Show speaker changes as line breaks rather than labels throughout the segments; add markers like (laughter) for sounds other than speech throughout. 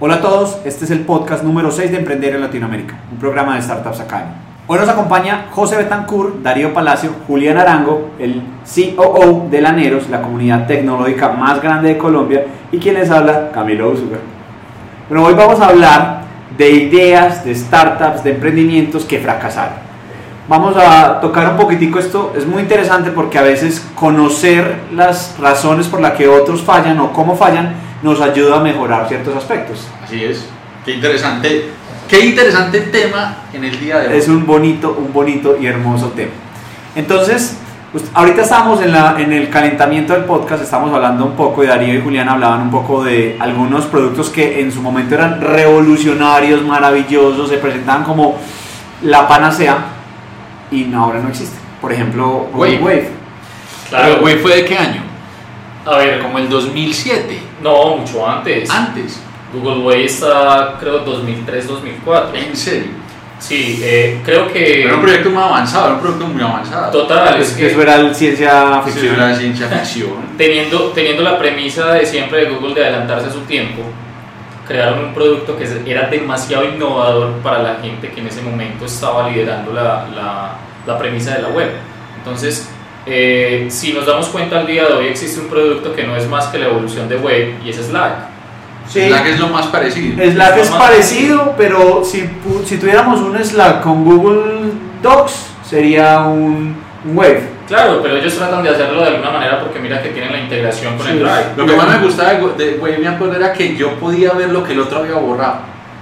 Hola a todos, este es el podcast número 6 de Emprender en Latinoamérica, un programa de Startups Academy. Hoy nos acompaña José Betancourt, Darío Palacio, Julián Arango, el COO de Laneros, la comunidad tecnológica más grande de Colombia, y quien les habla, Camilo Usuga. Bueno, hoy vamos a hablar de ideas, de startups, de emprendimientos que fracasaron. Vamos a tocar un poquitico esto, es muy interesante porque a veces conocer las razones por las que otros fallan o cómo fallan nos ayuda a mejorar ciertos aspectos.
Así es. Qué interesante. Qué interesante tema en el día de hoy.
Es un bonito, un bonito y hermoso tema. Entonces, pues, ahorita estamos en, la, en el calentamiento del podcast, estamos hablando un poco, y Darío y Julián hablaban un poco de algunos productos que en su momento eran revolucionarios, maravillosos, se presentaban como la panacea y no, ahora no existen. Por ejemplo,
Wave.
Wave.
Pero,
Claro,
güey, ¿fue de qué año?
a ver,
Como el 2007.
no, mucho antes.
Antes.
Google Way está, creo, 2003-2004.
En serio.
Sí, eh, creo que.
Era un proyecto muy avanzado, era un producto muy avanzado.
Total, eh,
Es
es
que
que
eso era el ciencia
Sí,
ficción.
era ciencia ficción.
teniendo, teniendo la premisa de siempre de Google de adelantarse a su tiempo, crearon un producto que se- era demasiado innovador para la gente que en ese momento estaba liderando la, la- la premisa de la web. Entonces, eh, si nos damos cuenta al día de hoy, existe un producto que no es más que la evolución de web y es Slack.
Sí.
La que es lo más parecido.
Slack es
Ajá.
parecido, pero si, pu- si tuviéramos un Slack con Google Docs, sería un, un Wave.
Claro, pero ellos tratan de hacerlo de alguna manera porque mira que tienen la integración con
Sí.
el Drive.
Lo que más me gustaba de Go- de Wave, me acuerdo, era que yo podía ver lo que el otro había borrado.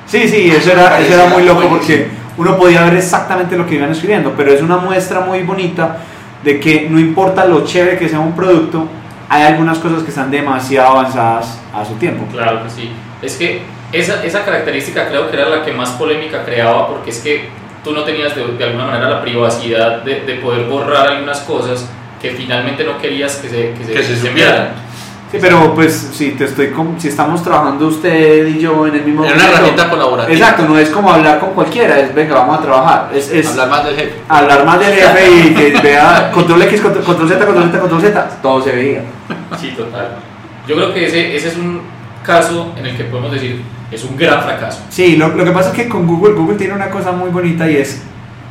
Sí, sí, eso era, eso era muy loco
Buenísimo.
porque uno podía ver exactamente lo que iban escribiendo, pero es una muestra muy bonita de que no importa lo chévere que sea un producto, hay algunas cosas que están demasiado avanzadas a su tiempo.
Claro que sí. Es que esa, esa característica creo que era la que más polémica creaba porque es que tú no tenías de, de alguna manera la privacidad de, de poder borrar algunas cosas que finalmente no querías que se, que se,
Que se
vieran.
supieran.
Sí, pero pues si te estoy com- si estamos trabajando usted y yo en el mismo
Era una
momento-
herramienta colaborativa.
Exacto, no es como hablar con cualquiera, es venga, vamos a trabajar. Es, es hablar.
Hablar más del jefe.
más del jefe y que vea control X, control, control Z, control Z, control Z, todo se veía.
Sí, total. Yo creo que ese, ese es un caso en el que podemos decir es un gran fracaso.
Sí, lo, lo que pasa es que con Google, Google tiene una cosa muy bonita y es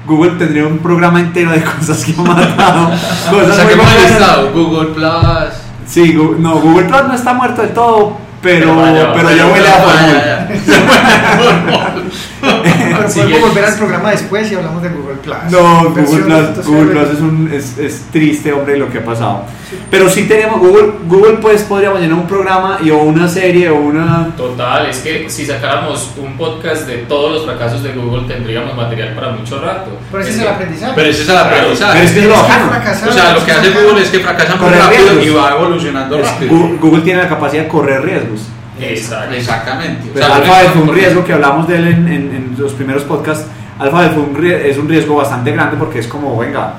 Google tendría un programa entero de (laughs) cosas que ha matado.
O
cosas
sea,
muy
que mal
buenas.
estado. Google Plus.
Sí, Gu- no, Google Plus no está muerto del todo, pero,
Pero vaya,
pero
vaya,
ya huele a formol.
Ya, ya, ya.
Pero
Sí,
podemos
es-
volver al programa después y hablamos de Google Plus.
No, Google
Versión
Plus,
2.0.
Google Plus es, un, es, es triste, hombre, lo que ha pasado. Pero sí tenemos Google, Google pues podríamos llenar un programa y o una serie o una...
Total, es que si sacáramos un podcast de todos los fracasos de Google tendríamos material para mucho rato.
Pero ese
Es
es el
que-
aprendizaje.
Pero ese es el
Pero es
aprendizaje.
que es lo bacano.
O sea, lo que hace Google es que fracasan muy
Correr
rápido
riesgos.
y va evolucionando
es-
rápido.
Google, Google tiene la capacidad de correr riesgos.
Exacto.
Exactamente.
Pero
lo que
Alphabet
estamos
fue un
corriendo.
riesgo que hablamos de él en, en- en los primeros podcasts. Alphabet fue un rie- es un riesgo bastante grande porque es como, venga,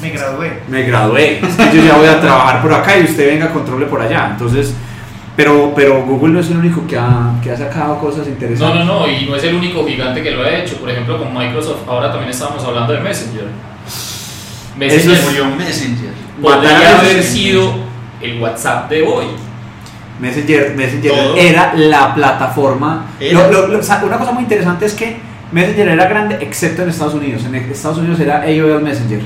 Me gradué.
me gradué, es que yo ya voy a trabajar por acá y usted venga, controle por allá. Entonces, pero, pero Google no es el único que ha, que ha sacado cosas
No,
interesantes.
no, no, y no es el único gigante que lo ha hecho. Por ejemplo, con Microsoft ahora también estábamos hablando de Messenger. Messenger
Eso
Murió Messenger.
podría
Matar a
haber
Messenger.
sido el WhatsApp de hoy.
Messenger, Messenger
Todo.
era la plataforma.
Era.
Lo- lo- lo- o sea, una cosa muy interesante es que Messenger era grande excepto en Estados Unidos. En Estados Unidos era AOL Messenger.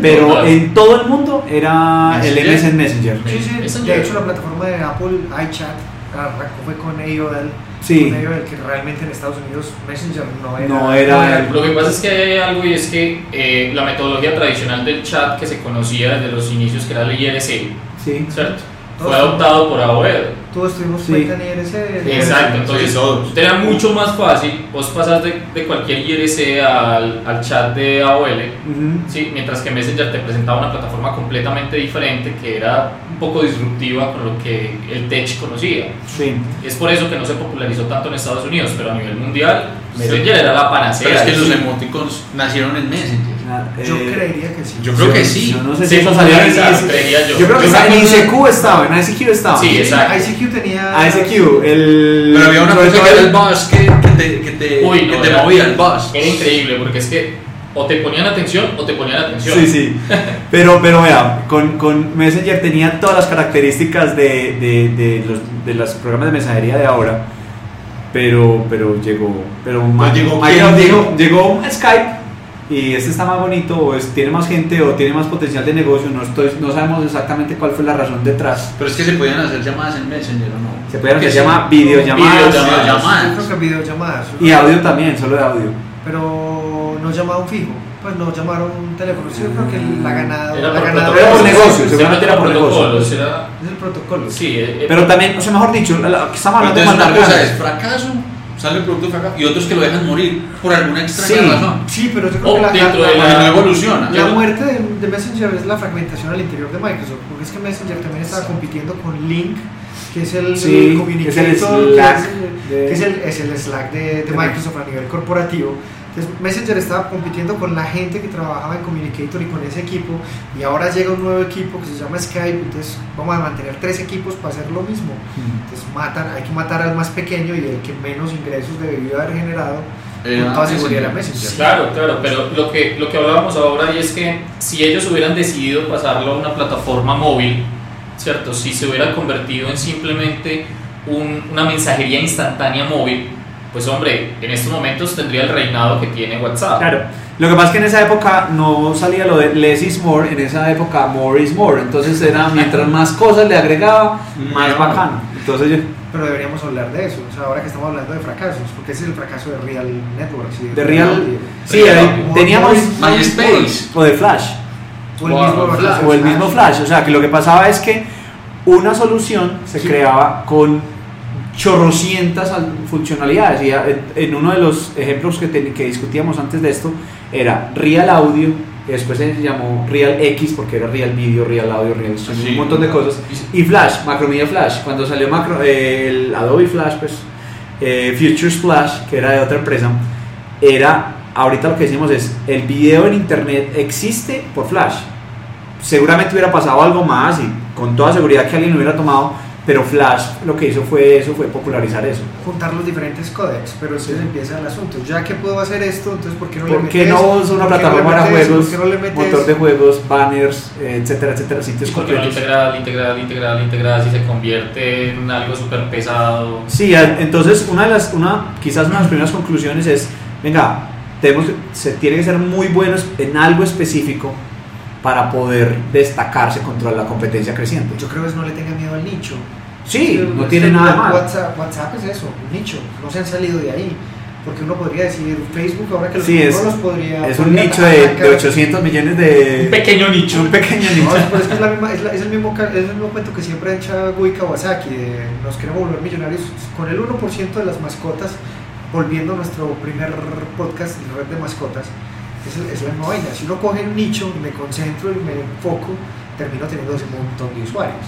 Pero
Total.
en todo el mundo era el
Messenger.
MSN Messenger.
Sí,
Esa
sí.
ya-
De hecho, la plataforma de Apple, iChat, arrancó fue con AOL.
Sí.
Con AOL, que realmente en Estados Unidos Messenger no era.
No era
Lo que pasa es que hay algo y es que eh, la metodología tradicional del chat que se conocía desde los inicios, que era el IRC,
Sí.
¿cierto? Fue adoptado por E. AOL.
Todos tuvimos
Sí.
cuenta en IRC.
Exacto, entonces
Sí, todos.
era mucho más fácil vos pasar de, de cualquier IRC al, al chat de AOL.
Ujú.
Sí, mientras que Messenger te presentaba una plataforma completamente diferente que era un poco disruptiva con lo que el tech conocía.
Sí.
Es por eso que no se popularizó tanto en Estados Unidos, pero a nivel mundial Messenger era la panacea.
Pero es que
Sí.
los emoticons nacieron en Messenger.
Yo
Eh,
creería que sí.
Yo creo que sí.
Yo no sé
Sí,
si eso
sí,
salía en
sí,
ICQ.
creía yo.
Yo creo que
Yo
estaba en
creo que-
ICQ estaba, en ICQ estaba.
Sí, exacto.
ICQ tenía.
ICQ, el.
Pero había una
sobre
cosa que
todo
era
el-
el bus que, que te, que te,
Uy, no,
que te
era-
movía el bus.
Era increíble porque es que o te ponían atención o te ponían atención.
Sí,
(laughs)
sí. Pero, pero vea, con, con Messenger tenía todas las características de, de, de los, de los programas de mensajería de ahora. pero, pero llegó, pero Ma-
Pues llegó
Microsoft
quién?
dijo, llegó Skype y este está más bonito, o es- tiene más gente, o tiene más potencial de negocio, no, estoy, no sabemos exactamente cuál fue la razón detrás.
Pero es que se podían hacer llamadas en Messenger o no.
Se pueden hacer
Que
llama-
sí.
videollamadas
Videollamadas.
Yo creo que videollamadas.
y audio también, solo de audio.
Pero no llamaron fijo. Pues no llamaron un teléfono. Sí, Yo creo que la ganada.
Era
la
por
ganadora
Era por
es-
negocio,
siempre
seguramente era por
protocolos, era-
Es el protocolo.
Sí, eh, eh,
Pero también, o sea, mejor dicho, la- la- que estamos hablando
Entonces
de
una
mandar
cosa es
ganas.
fracaso, sale el producto fracaso, y otros que lo dejan morir por alguna extraña
Sí.
razón.
Sí, pero yo creo
o
que la,
dentro de
Porque no
la...
evoluciona.
La muerte de, de Messenger es la fragmentación al interior de Microsoft, porque es que Messenger también estaba compitiendo con Link, que es el
Sí,
el
es el
communicator,
Slack
que,
de-
es, el, es el Slack de, de
de
Microsoft a nivel corporativo. Entonces Messenger estaba compitiendo con la gente que trabajaba en Communicator y con ese equipo, y ahora llega un nuevo equipo que se llama Skype, entonces vamos a mantener tres equipos para hacer lo mismo. Entonces matan, hay que matar al más pequeño y el que menos ingresos debió haber generado,
Eh,
con toda
sí,
seguridad era
sí.
Messenger.
Claro, claro, pero lo que, lo que hablábamos ahora y es que si ellos hubieran decidido pasarlo a una plataforma móvil, ¿cierto? Si se hubiera convertido en simplemente un- una mensajería instantánea móvil, pues hombre, en estos momentos tendría el reinado que tiene WhatsApp.
Claro. Lo que pasa es que en esa época no salía lo de less is more, en esa época more is more. Entonces era mientras más cosas le agregaba, más
Mm.
bacano. Entonces yo-
Pero deberíamos hablar de eso, o sea, ahora que estamos hablando de fracasos, porque ese es el fracaso de Real Networks. y
de real. Sí,
Real,
ahí teníamos.
MySpace.
O de Flash.
O el mismo
Wow,
fracaso
O el
de
mismo Flash. O sea, que lo que pasaba es que una solución se
Sí.
creaba con chorrocientas al- funcionalidades. Y a- en uno de los ejemplos que, te- que discutíamos antes de esto era Real Audio, que después se llamó Real X porque era Real Video, Real Audio, Real Streaming,
Sí.
un montón de cosas. Y Flash, Macromedia Flash, cuando salió macro, eh, el Adobe Flash, pues eh, Futures Flash, que era de otra empresa, era, ahorita lo que decimos es, el video en internet existe por Flash. Seguramente hubiera pasado algo más y con toda seguridad que alguien lo hubiera tomado, pero Flash lo que hizo fue eso, fue popularizar eso.
Juntar los diferentes códecs, pero entonces empieza el asunto. Ya que puedo hacer esto, entonces ¿por qué no le
¿Por
metes?
qué no usa una
¿Por qué no le
plataforma para
metes?
juegos,
¿Por qué no le metes?
motor de juegos, banners, eh, etcétera, etcétera, sitios
Y porque no
completos?
integral, integral, integral, integral, si se convierte en algo súper pesado.
Sí, a- entonces una de las, una, quizás una de las primeras conclusiones es, venga, tenemos, que- se tiene que ser muy buenos en algo específico para poder destacarse contra la competencia creciente.
Yo creo que es no le tenga miedo al nicho.
Sí, no
Es
tiene
que
nada de malo.
WhatsApp, WhatsApp es eso, un nicho. No se han salido de ahí. Porque uno podría decir Facebook, ahora que los
Sí, es-
no los podría.
Es un
podría
nicho de,
atacar.
de 800 millones
Un
de...
pequeño
(laughs)
nicho.
Un pequeño
No,
nicho.
pero es que es, la misma- es la- es el mismo, ca- es el mismo cuento que siempre echa Gui Kawasaki, de nos queremos volver millonarios con el 1% de las mascotas, volviendo a nuestro primer podcast, la red de mascotas, es, el- es la misma vaina. Si uno coge el nicho, me concentro y me enfoco, termino teniendo ese montón de usuarios.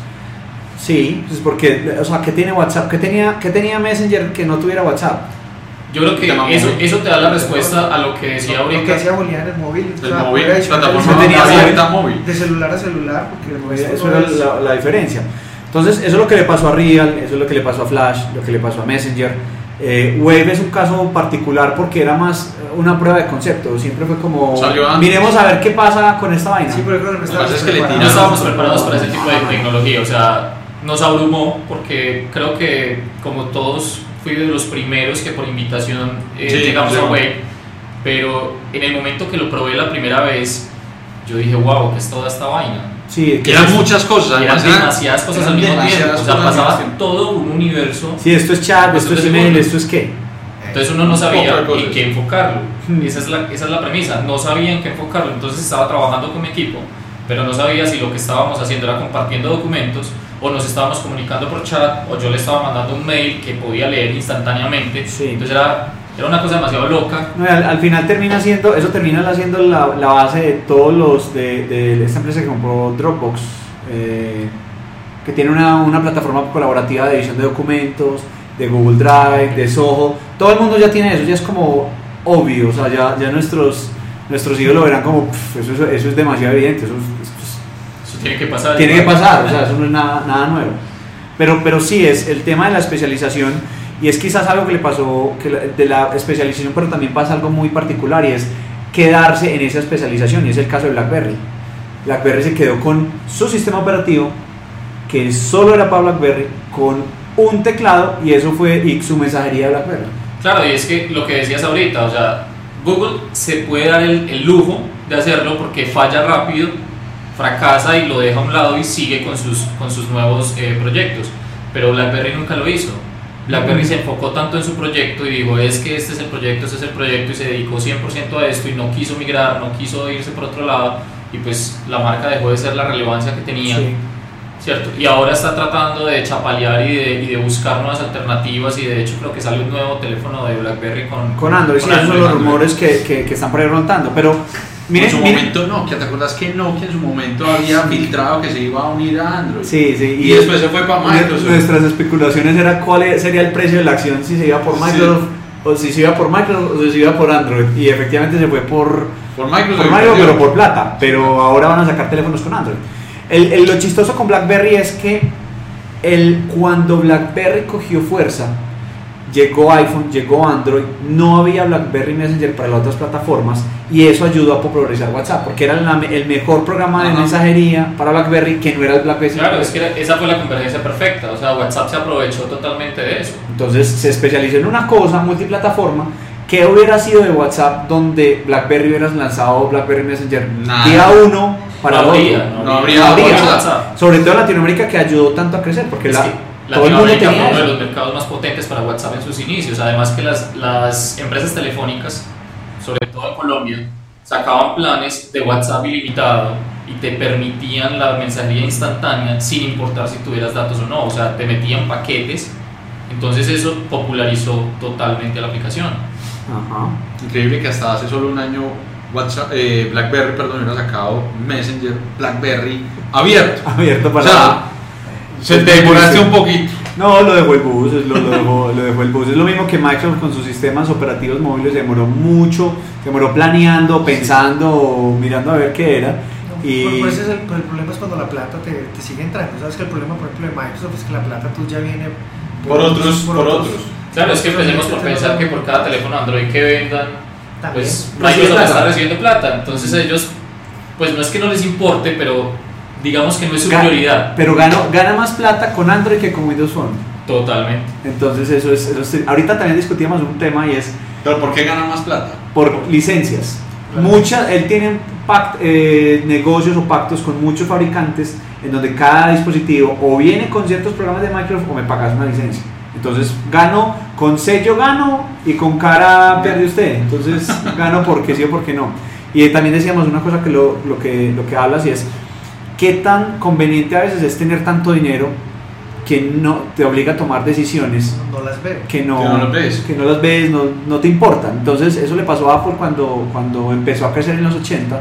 Sí, pues porque, o sea, ¿qué tiene WhatsApp? ¿Qué tenía, qué tenía Messenger que no tuviera WhatsApp?
Yo creo que
Llamamos.
eso, eso te da la respuesta a lo que decía
Lo que
ahorita.
hacía Julián en el móvil, o
El
sea,
móvil,
era adicional
plataforma
no tenía móvil.
abierta móvil.
de celular a celular, porque el resto
Pues Eso
no
era
es-
la, la diferencia. Entonces, eso es lo que le pasó a Real, eso es lo que le pasó a Flash, lo que le pasó a Messenger. Eh, Wave es un caso particular porque era más una prueba de concepto. Siempre fue como,
Salió antes.
miremos a ver qué pasa con esta vaina.
Sí, pero yo creo que
Lo
no
que pasa
estábamos
es que le
preparados.
No estábamos
Ajá.
preparados para ese tipo de tecnología, o sea, nos abrumó porque creo que como todos fui de los primeros que por invitación eh,
Sí,
llegamos
claro.
a web, pero en el momento que lo probé la primera vez, yo dije, wow, que es toda esta vaina.
Sí,
Que
que
eran
es-
muchas cosas,
Y eran
además eran-
demasiadas cosas al
eran
mismo tiempo,
demasiadas
o sea,
cosas al mismo
pasaba
tiempo.
todo un universo,
Sí, esto es chat, esto es
Entonces,
email,
bueno.
esto es qué.
entonces uno no sabía
Otra cosa.
en qué enfocarlo. (laughs)
Hmm.
Esa es, la, esa es la premisa, no sabía en qué enfocarlo, entonces estaba trabajando con mi equipo, pero no sabía si lo que estábamos haciendo era compartiendo documentos o nos estábamos comunicando por chat o yo le estaba mandando un mail que podía leer instantáneamente.
Sí.
Entonces era, era una cosa demasiado loca.
No, y al, al final termina siendo, eso termina siendo la, la base de todos los, de, de esta empresa que compró Dropbox, eh, que tiene una, una plataforma colaborativa de edición de documentos, de Google Drive, de Soho, todo el mundo ya tiene eso, ya es como obvio, o sea, ya, ya nuestros, nuestros hijos lo verán como, "Pff, eso, es- eso es demasiado evidente, eso es- eso es
Eso tiene que pasar.
tiene que pasar, o sea, eso no es nada, nada nuevo. Pero, pero sí es el tema de la especialización y es quizás algo que le pasó que la- de la especialización, pero también pasa algo muy particular y es quedarse en esa especialización y es el caso de BlackBerry. BlackBerry se quedó con su sistema operativo que solo era para BlackBerry con un teclado y eso fue y su mensajería de BlackBerry.
Claro, y es que lo que decías ahorita, o sea, Google se puede dar el, el lujo de hacerlo porque falla rápido, fracasa y lo deja a un lado y sigue con sus, con sus nuevos eh, proyectos. Pero BlackBerry nunca lo hizo. BlackBerry se enfocó tanto en su proyecto y dijo, es que este es el proyecto, este es el proyecto y se dedicó 100% a esto y no quiso migrar, no quiso irse por otro lado y pues la marca dejó de ser la relevancia que tenía.
Sí.
¿cierto? Y ahora está tratando de chapalear y de, y de buscar nuevas alternativas y de hecho creo que sale un nuevo teléfono de BlackBerry con,
Con Android, sí,
con
esos son los
Android.
rumores que, que- que están por ahí rondando. Pero
en su
miren, miren.
momento Nokia, ¿te acuerdas que Nokia en su momento había filtrado que se iba a unir a Android?
Sí, sí.
Y después se fue para
nue-
Microsoft.
Nuestras especulaciones era cuál e- sería el precio de la acción si se iba por
Sí.
Microsoft o si se iba por Microsoft o si se iba por Android. Y efectivamente se fue por,
Por Microsoft.
por Mario, pero por plata. Pero ahora van a sacar teléfonos con Android. El- el- lo chistoso con BlackBerry es que el, cuando BlackBerry cogió fuerza, llegó iPhone, llegó Android, no había BlackBerry Messenger para las otras plataformas y eso ayudó a popularizar WhatsApp porque era la me- el mejor programa de
Ajá.
mensajería para BlackBerry que no era el BlackBerry.
Claro, es que era- esa fue la convergencia perfecta, o sea, WhatsApp se aprovechó totalmente de eso.
Entonces se especializó en una cosa, multiplataforma. que hubiera sido de WhatsApp donde BlackBerry hubieras lanzado BlackBerry Messenger
Nada.
día uno para
no
otro?
habría,
No habría
no
WhatsApp.
WhatsApp.
Sobre todo en Latinoamérica que ayudó tanto a crecer, porque
Es
la,
que
todo el mundo
Latinoamérica
tenía
fue uno de
eso.
los mercados más potentes para WhatsApp en sus inicios. Además que las, las empresas telefónicas, sobre todo en Colombia, sacaban planes de WhatsApp ilimitado y te permitían la mensajería instantánea sin importar si tuvieras datos o no. O sea, te metían paquetes. Entonces eso popularizó totalmente la aplicación.
Ajá. (laughs)
Increíble que hasta hace solo un año WhatsApp, eh, BlackBerry, perdón, hubiera sacado Messenger BlackBerry abierto.
Abierto
O
para.
sea, se te demoraste un poquito.
no, lo dejó el bus, es lo, lo dejó, lo dejó el bus. Es lo mismo que Microsoft con sus sistemas operativos móviles se demoró mucho, se demoró planeando, pensando, o mirando a ver qué era. Y-
Por- por eso es el, el problema es cuando la plata te, te sigue entrando. Sabes que el problema, por ejemplo, de Microsoft es que la plata tuya viene
Por otros, por otros.
Claro, es que empecemos por pensar que por cada teléfono Android que vendan,
este También.
pues
Recibe
Microsoft
plata.
está recibiendo plata. Entonces ellos, pues no es que no les importe, pero digamos que no es su
Ga-
prioridad.
Pero ganó, gana más plata con Android que con Windows Phone.
Totalmente.
Entonces, eso es. eso es- ahorita también discutíamos un tema y es
Pero ¿por qué gana más plata?
por licencias.
Claro.
Muchas, él tiene pact- eh, negocios o pactos con muchos fabricantes en donde cada dispositivo o viene con ciertos programas de Microsoft o me pagas una licencia. Entonces gano, con sello gano y con cara pierde usted. Entonces gano porque sí o porque no. Y eh, también decíamos una cosa que lo, lo que lo que hablas y es qué tan conveniente a veces es tener tanto dinero que no te obliga a tomar decisiones
No las veo.
que no,
Que no las ves.
que no las ves, no, no te importan. Entonces eso le pasó a Apple cuando, cuando empezó a crecer en los 80,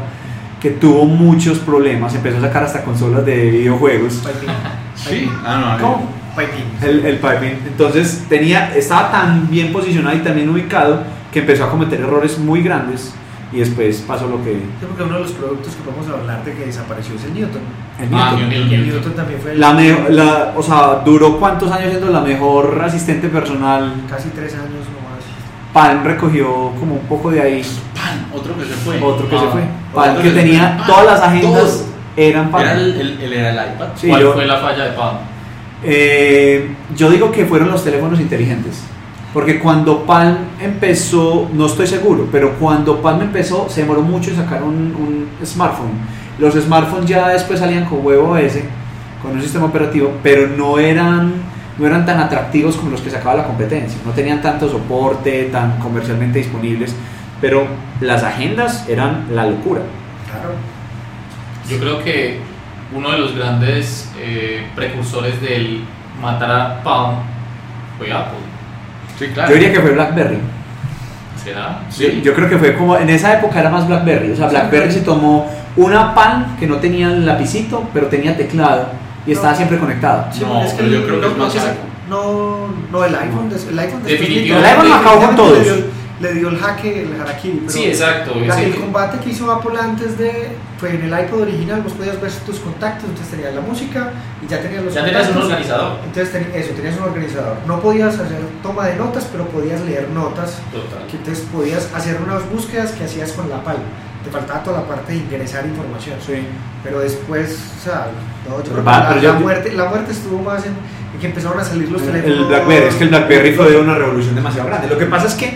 que tuvo muchos problemas, empezó a sacar hasta consolas de videojuegos.
Piping.
(laughs) Sí. Ah, no,
¿Cómo?
Piping.
El, el piping. Entonces tenía, estaba tan bien posicionado y tan bien ubicado que empezó a cometer errores muy grandes y después pasó lo que...
Sí, porque uno de los productos que vamos a hablar de que desapareció es el Newton.
el
Ah,
Newton.
El
El
Newton.
Newton, también fue el-
La me- la- o sea, duró cuántos años siendo la mejor asistente personal.
casi tres años nomás.
Pan recogió como un poco de ahí.
Pan, otro que se fue.
Otro que se
Ah,
fue.
otro
Para el que
que se
tenía
fue.
todas las agendas
Todos.
eran para.
Era el, el- el- era el iPad.
Sí,
¿Cuál
yo,
fue la falla de Palm?
eh, yo digo que fueron los teléfonos inteligentes. Porque cuando Palm empezó, no estoy seguro, pero cuando Palm empezó se demoró mucho en sacar un, un smartphone. Los smartphones ya después salían con huevo ese, con un sistema operativo, pero no eran, no eran tan atractivos como los que sacaba la competencia. No tenían tanto soporte, tan comercialmente disponibles, pero las agendas eran la locura.
Claro.
Yo creo que uno de los grandes eh, precursores del matar a Palm fue Apple.
Sí,
Yo diría que fue BlackBerry.
¿Será?
Sí.
Yo creo que fue como, en esa época era más BlackBerry, o sea, BlackBerry se tomó una pan que no tenía lapicito, pero tenía teclado y estaba
No.
siempre conectado.
Sí,
No,
porque
pero yo creo que es más
se-
iPhone.
No, no, el iPhone. des- El iPhone después
Definitivo.
literalmente-
El iPhone acabó con todos.
literalmente Le dio, le dio el jaque, el harakiri. pero
Sí, exacto.
la-
ese-
el combate que hizo Apple antes de. Fue en el iPod original, vos podías ver tus contactos, entonces tenías la música y ya tenías los
ya tenías un
contactos.
organizador.
Entonces ten- eso, tenías un organizador. No podías hacer toma de notas, pero podías leer notas
Total.
(laughs) que entonces podías hacer unas búsquedas que hacías con la palma. te faltaba toda la parte de ingresar información.
Sí.
Pero después, o sea, no, yo-
Pero va-
la,
pero yo-
la muerte, la muerte estuvo más en, en que empezaron a salir los
El,
teléfonos.
BlackBerry, es que el BlackBerry fue una revolución demasiado grande. Lo que pasa es que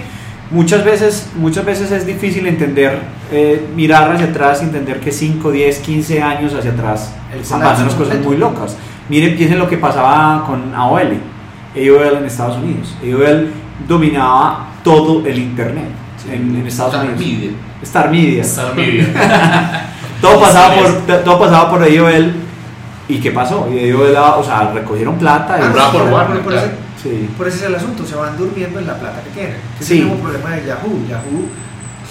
muchas veces, muchas veces es difícil entender, eh, mirar hacia atrás, y entender que 5, 10, 15 años hacia atrás
El
están pasando
colapso
unas cosas
completo.
muy locas. Miren, piensen lo que pasaba con AOL, AOL en Estados Unidos. AOL dominaba todo el Internet en, en Estados
Star
Unidos.
Media.
Star Media.
Star Media.
Todo pasaba,
Express.
por, todo pasaba por AOL. ¿Y qué pasó? Y AOL, o sea, recogieron plata. y-
Ah, no,
Rapid
por,
Warner,
por
claro.
ese,
Sí.
por ese es el asunto, se van durmiendo en la plata que tienen. Es
Sí.
el mismo problema de Yahoo. Yahoo,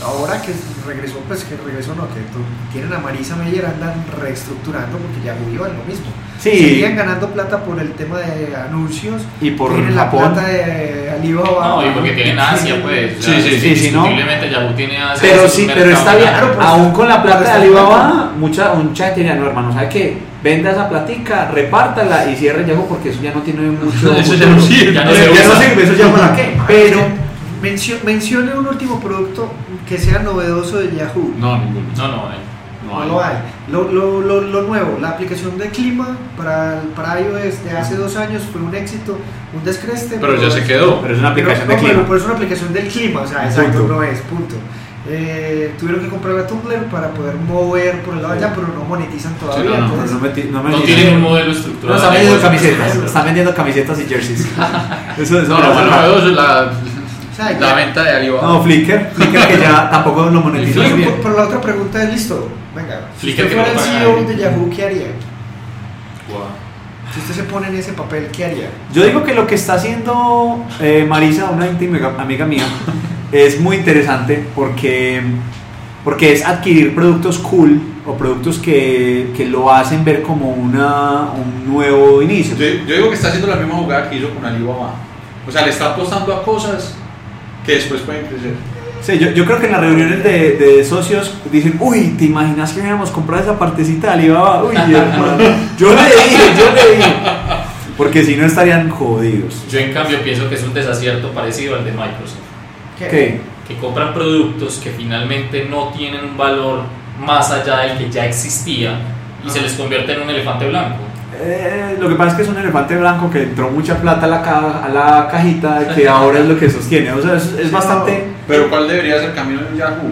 ahora que regresó, pues que regresó no, que tu- tienen a Marisa Meyer, andan reestructurando porque Yahoo iba en lo mismo.
Sí.
Seguían ganando plata por el tema de anuncios,
Y por
tienen la
Japón.
plata de Alibaba.
No, y porque tienen Asia, pues. o sea,
Sí, sí,
sí, sí, ¿no?
indiscutiblemente Yahoo tiene Asia.
Pero
es un
sí,
mercado
pero está bien.
grande.
claro, pues,
Aún con la plata de
está
Alibaba, mucha, mucha gente diría, no hermano, ¿sabe qué? Venda esa platica, repártala y cierre Yahoo porque eso ya no tiene
(laughs)
mucho...
Eso ya
mucho-
no sirve.
Ya no
Eso
se
ya no
usa.
sirve, eso
(laughs)
ya para qué. Pero,
Mencio- mencione un último producto que sea novedoso de Yahoo.
No, ninguno.
No, no, eh.
No, lo hay. Lo, lo- lo- lo nuevo, la aplicación de clima para, para iOS de hace dos años fue un éxito, un descreste.
Pero ya se quedó.
pero es una aplicación
pero-
de
no,
clima.
Pero, pero es una aplicación del clima, o sea, exacto,
Punto.
no es, punto. Eh, tuvieron que comprar la Tumblr para poder mover por el lado de allá, pero no monetizan todavía.
no, no,
Pero
entonces-
no me ti- no me
No
digas.
tienen un modelo estructural.
No, están
de
vendiendo
negocio.
camisetas, están vendiendo camisetas y jerseys. Eso es
No, lo bueno novedoso es la,
o sea,
la
ya-
venta de Alibaba.
No, Flickr, Flickr que ya tampoco lo monetizan
Flickr,
bien.
Pero, pero la otra pregunta es: listo, venga, si
Flickr
usted
que
fuera
no
el
paga
CEO
nadie.
de Yahoo, ¿qué haría?
Guau.
Si usted se pone en ese papel, ¿qué haría?
Yo digo que lo que está haciendo eh, Marisa, una íntima amiga mía, es muy interesante porque, porque es adquirir productos cool o productos que, que lo hacen ver como una, un nuevo inicio.
Yo, yo digo que está haciendo la misma jugada que hizo con Alibaba. O sea, le está apostando a cosas que después pueden crecer.
Sí, yo, yo creo que en las reuniones de, de socios dicen, uy, ¿te imaginas que hubiéramos comprado esa partecita de Alibaba? Uy, hermano, yo le dije, yo le dije. Porque si no estarían jodidos.
Yo, en cambio, pienso que es un desacierto parecido al de Microsoft.
¿Qué?
Ok.
que compran productos que finalmente no tienen un valor más allá del que ya existía y se les convierte en un elefante blanco.
Eh, lo que pasa es que es un elefante blanco que entró mucha plata a la, ca- a la cajita que ahora es lo que sostiene. O sea, es, es bastante...
Pero ¿cuál debería ser el camino de Yahoo?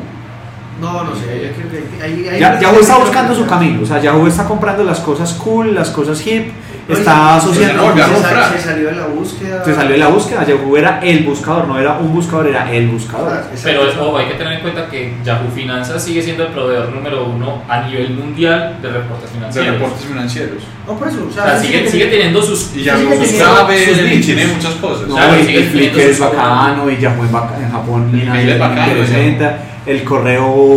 No, no sé, yo creo que ahí- ahí-
Ya, Yahoo está buscando su camino. O sea, Yahoo está comprando las cosas cool, las cosas hip. Está asociando...
no,
se,
Yahoo
sal-
Flash.
se salió de la búsqueda.
Se salió de la búsqueda. Yahoo era el buscador, no era un buscador, era el buscador.
Exacto.
Pero ojo, hay que tener en cuenta que Yahoo Finanzas sigue siendo el proveedor número uno a nivel mundial de reportes
De
financieros.
reportes financieros.
No, por eso, o
O
sea,
sea,
sí
sigue,
que-
sigue teniendo sus...
Y Yahoo
Sí, que
sus
tiene
sus
claves, y
nichos.
tiene muchas cosas.
No,
Claro,
y
sigue
el Flickr es
teniendo su-
bacano y Yahoo en, baca- en Japón
El mail
nadie
es
lo
bacano,
representa. El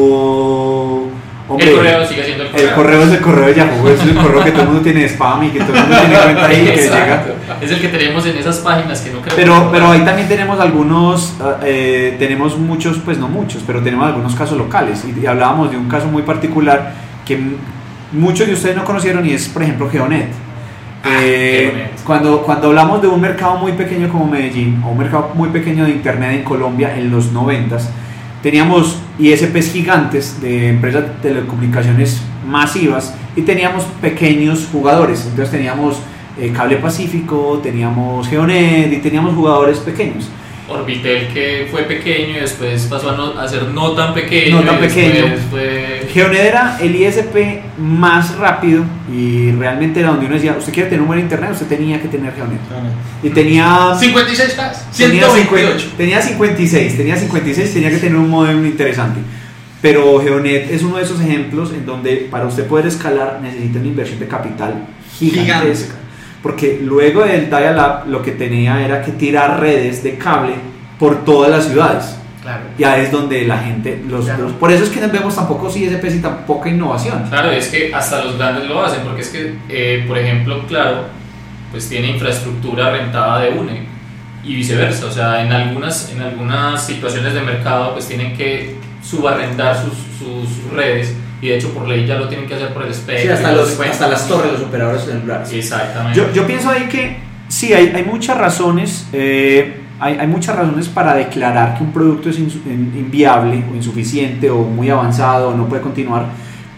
correo... hombre,
el correo sigue siendo el correo.
El correo es el correo de Yahoo, es el correo que todo el mundo tiene de spam y que todo el mundo tiene en cuenta ahí y que llega.
Exacto. Es el que tenemos en esas páginas que no creo
Pero, pero ahí también tenemos algunos, eh, tenemos muchos, pues no muchos, pero tenemos algunos casos locales. Y, y hablábamos de un caso muy particular que m- muchos de ustedes no conocieron y es, por ejemplo, Geonet. Eh,
Geonet.
cuando, cuando hablamos de un mercado muy pequeño como Medellín, o un mercado muy pequeño de Internet en Colombia en los 90 teníamos ISPs gigantes de empresas de telecomunicaciones masivas y teníamos pequeños jugadores. Entonces teníamos eh, Cable Pacífico, teníamos Geonet y teníamos jugadores pequeños.
Orbitel que fue pequeño y después pasó a, no- a ser no tan pequeño.
No tan
y después
pequeño.
fue-
Geonet era el ISP más rápido y realmente era donde uno decía, usted quiere tener un buen internet, usted tenía que tener Geonet. Y tenía...
56 claves.
Tenía
128.
50, Tenía 56, tenía 56, tenía que tener un modem interesante. Pero Geonet es uno de esos ejemplos en donde para usted poder escalar necesita una inversión de capital gigantesca.
Gigante.
Porque luego del dial-up lo que tenía era que tirar redes de cable por todas las ciudades.
Claro.
Y ahí es donde la gente los,
Claro.
los- por eso es que vemos tampoco ISPs y tan poca innovación.
Claro, es que hasta los grandes lo hacen, porque es que, eh, por ejemplo, claro, pues tiene infraestructura rentada de UNE y viceversa. O sea, en algunas, en algunas situaciones de mercado, pues tienen que subarrendar sus, sus, sus redes y de hecho por ley ya lo tienen que hacer por el espectro. y no sé cuánto.
operadores celulares.
Exactamente.
Yo, yo pienso ahí que sí, hay, hay muchas razones. eh, hay, hay muchas razones para declarar que un producto es insu- in- inviable o insuficiente o muy avanzado o no puede continuar.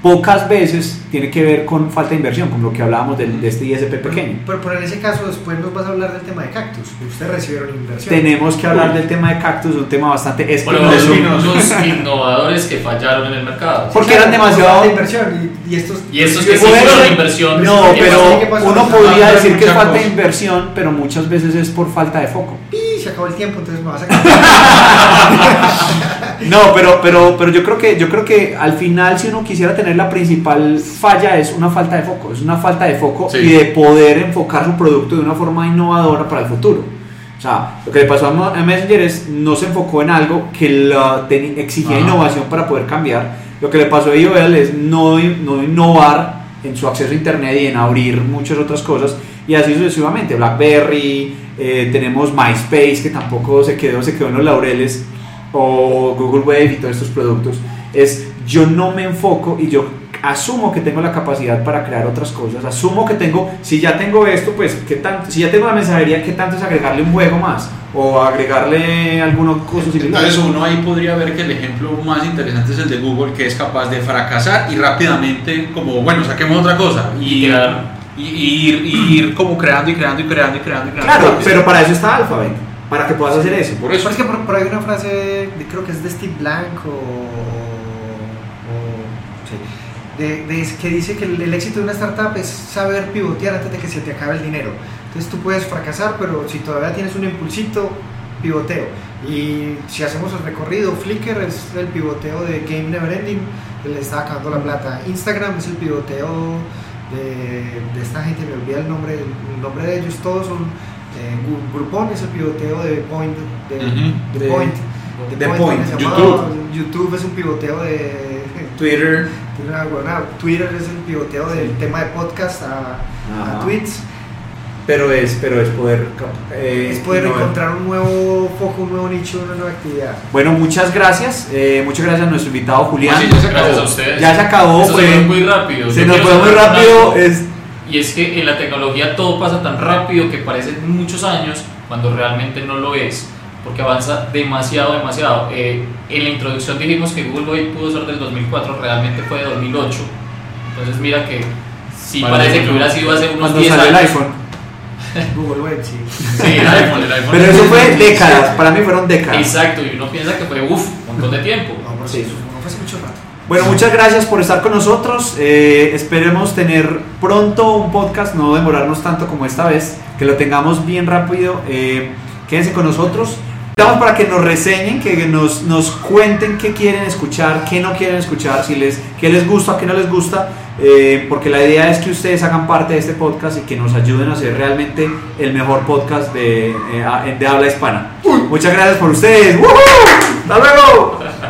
Pocas veces tiene que ver con falta de inversión, como lo que hablábamos del- de, este ISP pequeño.
Pero, pero en ese caso después nos vas a hablar del tema de cactus. Ustedes recibieron inversión.
Tenemos que hablar del tema de Cactus, un tema bastante
Bueno,
no
los
es
espinoso.
un-
los innovadores que fallaron en el mercado.
Porque eran demasiado-
Falta de inversión y, y estos...
Y estos que sí
Bueno,
hicieron inversión.
No,
que
pero
¿Qué pasó?
uno
Ah,
podría
hay
decir que es
mucha
falta de
cosa.
inversión, pero muchas veces es por falta de foco.
¡Pi! Se acabó el tiempo, entonces me vas a cambiar.
(laughs) No, pero, pero, pero yo creo que yo creo que al final si uno quisiera tener la principal falla es una falta de foco, es una falta de foco
Sí.
y de poder enfocar su producto de una forma innovadora para el futuro. O sea, lo que le pasó a Mo- a Messenger es no se enfocó en algo que la teni- exigía
Ajá.
innovación para poder cambiar. Lo que le pasó a IOL es no, in- no innovar en su acceso a internet y en abrir muchas otras cosas y así sucesivamente. BlackBerry, eh, tenemos MySpace que tampoco se quedó, se quedó en los laureles o Google Wave y todos estos productos, es yo no me enfoco y yo asumo que tengo la capacidad para crear otras cosas, asumo que tengo, si ya tengo esto, pues qué tanto, si ya tengo la mensajería, qué tanto es agregarle un juego más o agregarle alguna cosa similar.
Entonces uno ahí podría ver que el ejemplo más interesante es el de Google, que es capaz de fracasar y rápidamente como, bueno, saquemos otra cosa. Y,
Y crear.
y- y ir, y ir como creando y creando y creando y creando. y creando.
Claro, pero para eso está Alphabet, para que puedas hacer eso.
Por
Pero
eso.
es que por, por ahí hay una frase, de- creo que es de Steve Blank o... o- sí, de, de- es que dice que el, el éxito de una startup es saber pivotear antes de que se te acabe el dinero. Entonces tú puedes fracasar, pero si todavía tienes un impulsito, pivoteo. Y si hacemos el recorrido, Flickr es el pivoteo de Game Never Ending, que le está acabando la plata. Instagram es el pivoteo de, de esta gente, me olvida el nombre, el nombre de ellos, todos son eh, Gru- Groupon es el pivoteo de Point, de,
Ujú.
de
De-
Point,
de
¿cómo
Point,
se llamaba?
YouTube.
YouTube es un pivoteo de,
Twitter,
de una huevonada. Twitter es el pivoteo del tema de podcast a, a
Ajá.
tweets,
pero es, pero es poder, eh,
es poder
innovar.
encontrar un nuevo foco, un nuevo nicho, una nueva actividad.
Bueno, muchas gracias, eh, muchas gracias a nuestro invitado Julián.
Así ya se
Gracias
acabó.
a ustedes.
Ya se acabó,
Eso
fue-
se fue muy rápido.
eh, Se
Yo
nos
quiero
fue muy
sacar un
rápido, eh.
dato,
es
Y es que en la tecnología todo pasa tan rápido que parecen muchos años cuando realmente no lo es, porque avanza demasiado, demasiado. Eh, en la introducción dijimos que Google Wave pudo ser del 2004, realmente fue de 2008. Entonces mira que si
Vale,
parece
no.
que hubiera sido hace unos
cuando
10
salió el
años.
iPhone.
Google Web, sí.
Sí, el iPhone,
(laughs)
el iPhone.
Pero eso fue décadas, para mí fueron décadas.
Exacto, y uno piensa que fue uff, un montón de tiempo.
No, pero
Sí.
eso no fue hace mucho rato.
Bueno, muchas gracias por estar con nosotros. Eh, esperemos tener pronto un podcast, no demorarnos tanto como esta vez, que lo tengamos bien rápido. Eh, quédense con nosotros. Estamos para que nos reseñen, que nos, nos cuenten qué quieren escuchar, qué no quieren escuchar, si les, qué les gusta, qué no les gusta, eh, porque la idea es que ustedes hagan parte de este podcast y que nos ayuden a hacer realmente el mejor podcast de, eh, a- de habla hispana. Muchas gracias por ustedes. ¡Woohoo! ¡Hasta luego!